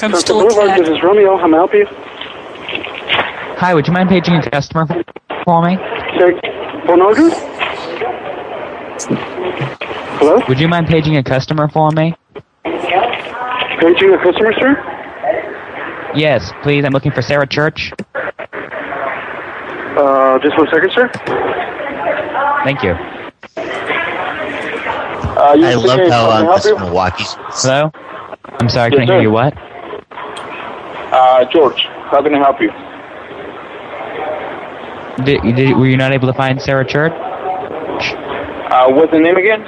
I'm Sunset still Boulevard, attached. this is Romeo. How may I help you? Hi, would you mind paging a customer for me? Sir, phone order? Hello? Would you mind paging a customer for me? Paging a customer, sir? Yes, please. I'm looking for Sarah Church. Uh, just one second, sir. Thank you. Uh, you I speaking- love may how I um, help Mr. you? Milwaukee's. Hello? I'm sorry, I Yes, couldn't hear sir. you. What? Uh, George, how can I help you? Did, did, were you not able to find Sarah Church? Uh, what's the name again?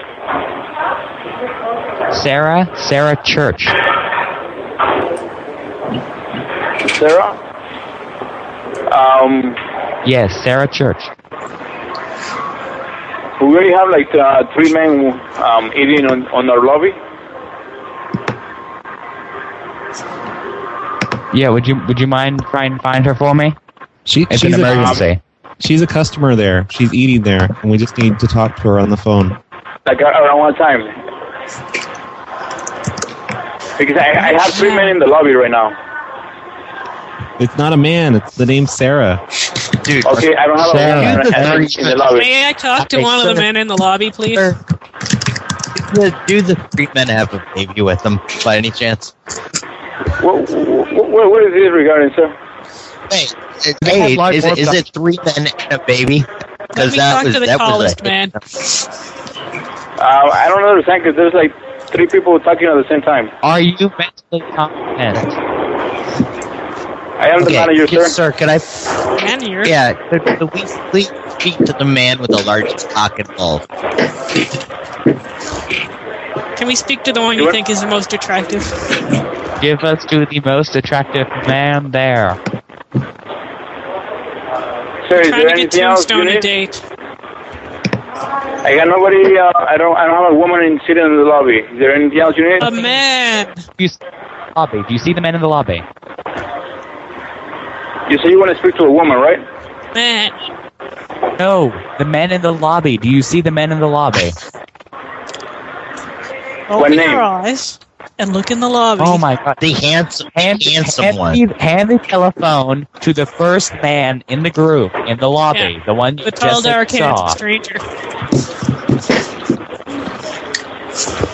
Sarah? Sarah Church. Sarah? Um, Yes, Sarah Church. we already have like uh, three men um, eating on, on our lobby. Yeah, would you would you mind trying to find her for me? She, It's she's, an a, emergency. she's a customer there. She's eating there, and we just need to talk to her on the phone. Like a- around what time? Because I, I have three men in the lobby right now. It's not a man. It's the name Sarah. Dude, Okay, I don't have Sarah. a man in, in the lobby. May I talk to one of the men in the lobby, please? the, do the three men have a baby with them by any chance? What, what, what is this regarding, sir? Hey, it, They have live is, it, is broadcast- it three men and a baby? Let me Because talk that was to the that was tallest a, man. Uh, I don't understand because there's like three people talking at the same time. Are you mentally competent? I am the Okay, manager, yes, sir. sir. Could I? Man here. Yeah, could, could we please speak to the man with the largest cock and balls? Can we speak to the one you Sure. think is the most attractive? Give us to the most attractive man there. Sir, is Trying to there get anything else you Tombstone a need? date. I got nobody. Uh, I don't. I don't have a woman in sitting in the lobby. Is there anything else you need? A man. Do you see the lobby? Do you see the man in the lobby? you say you want to speak to a woman, right? Man. No, the men in the lobby. Do you see the men in the lobby? Open name? your eyes and look in the lobby. Oh my god. The handsome, Hand, handsome hand, one. the- hand the telephone to the first man in the group in the lobby, the one you The tall, just dark, handsome saw. stranger.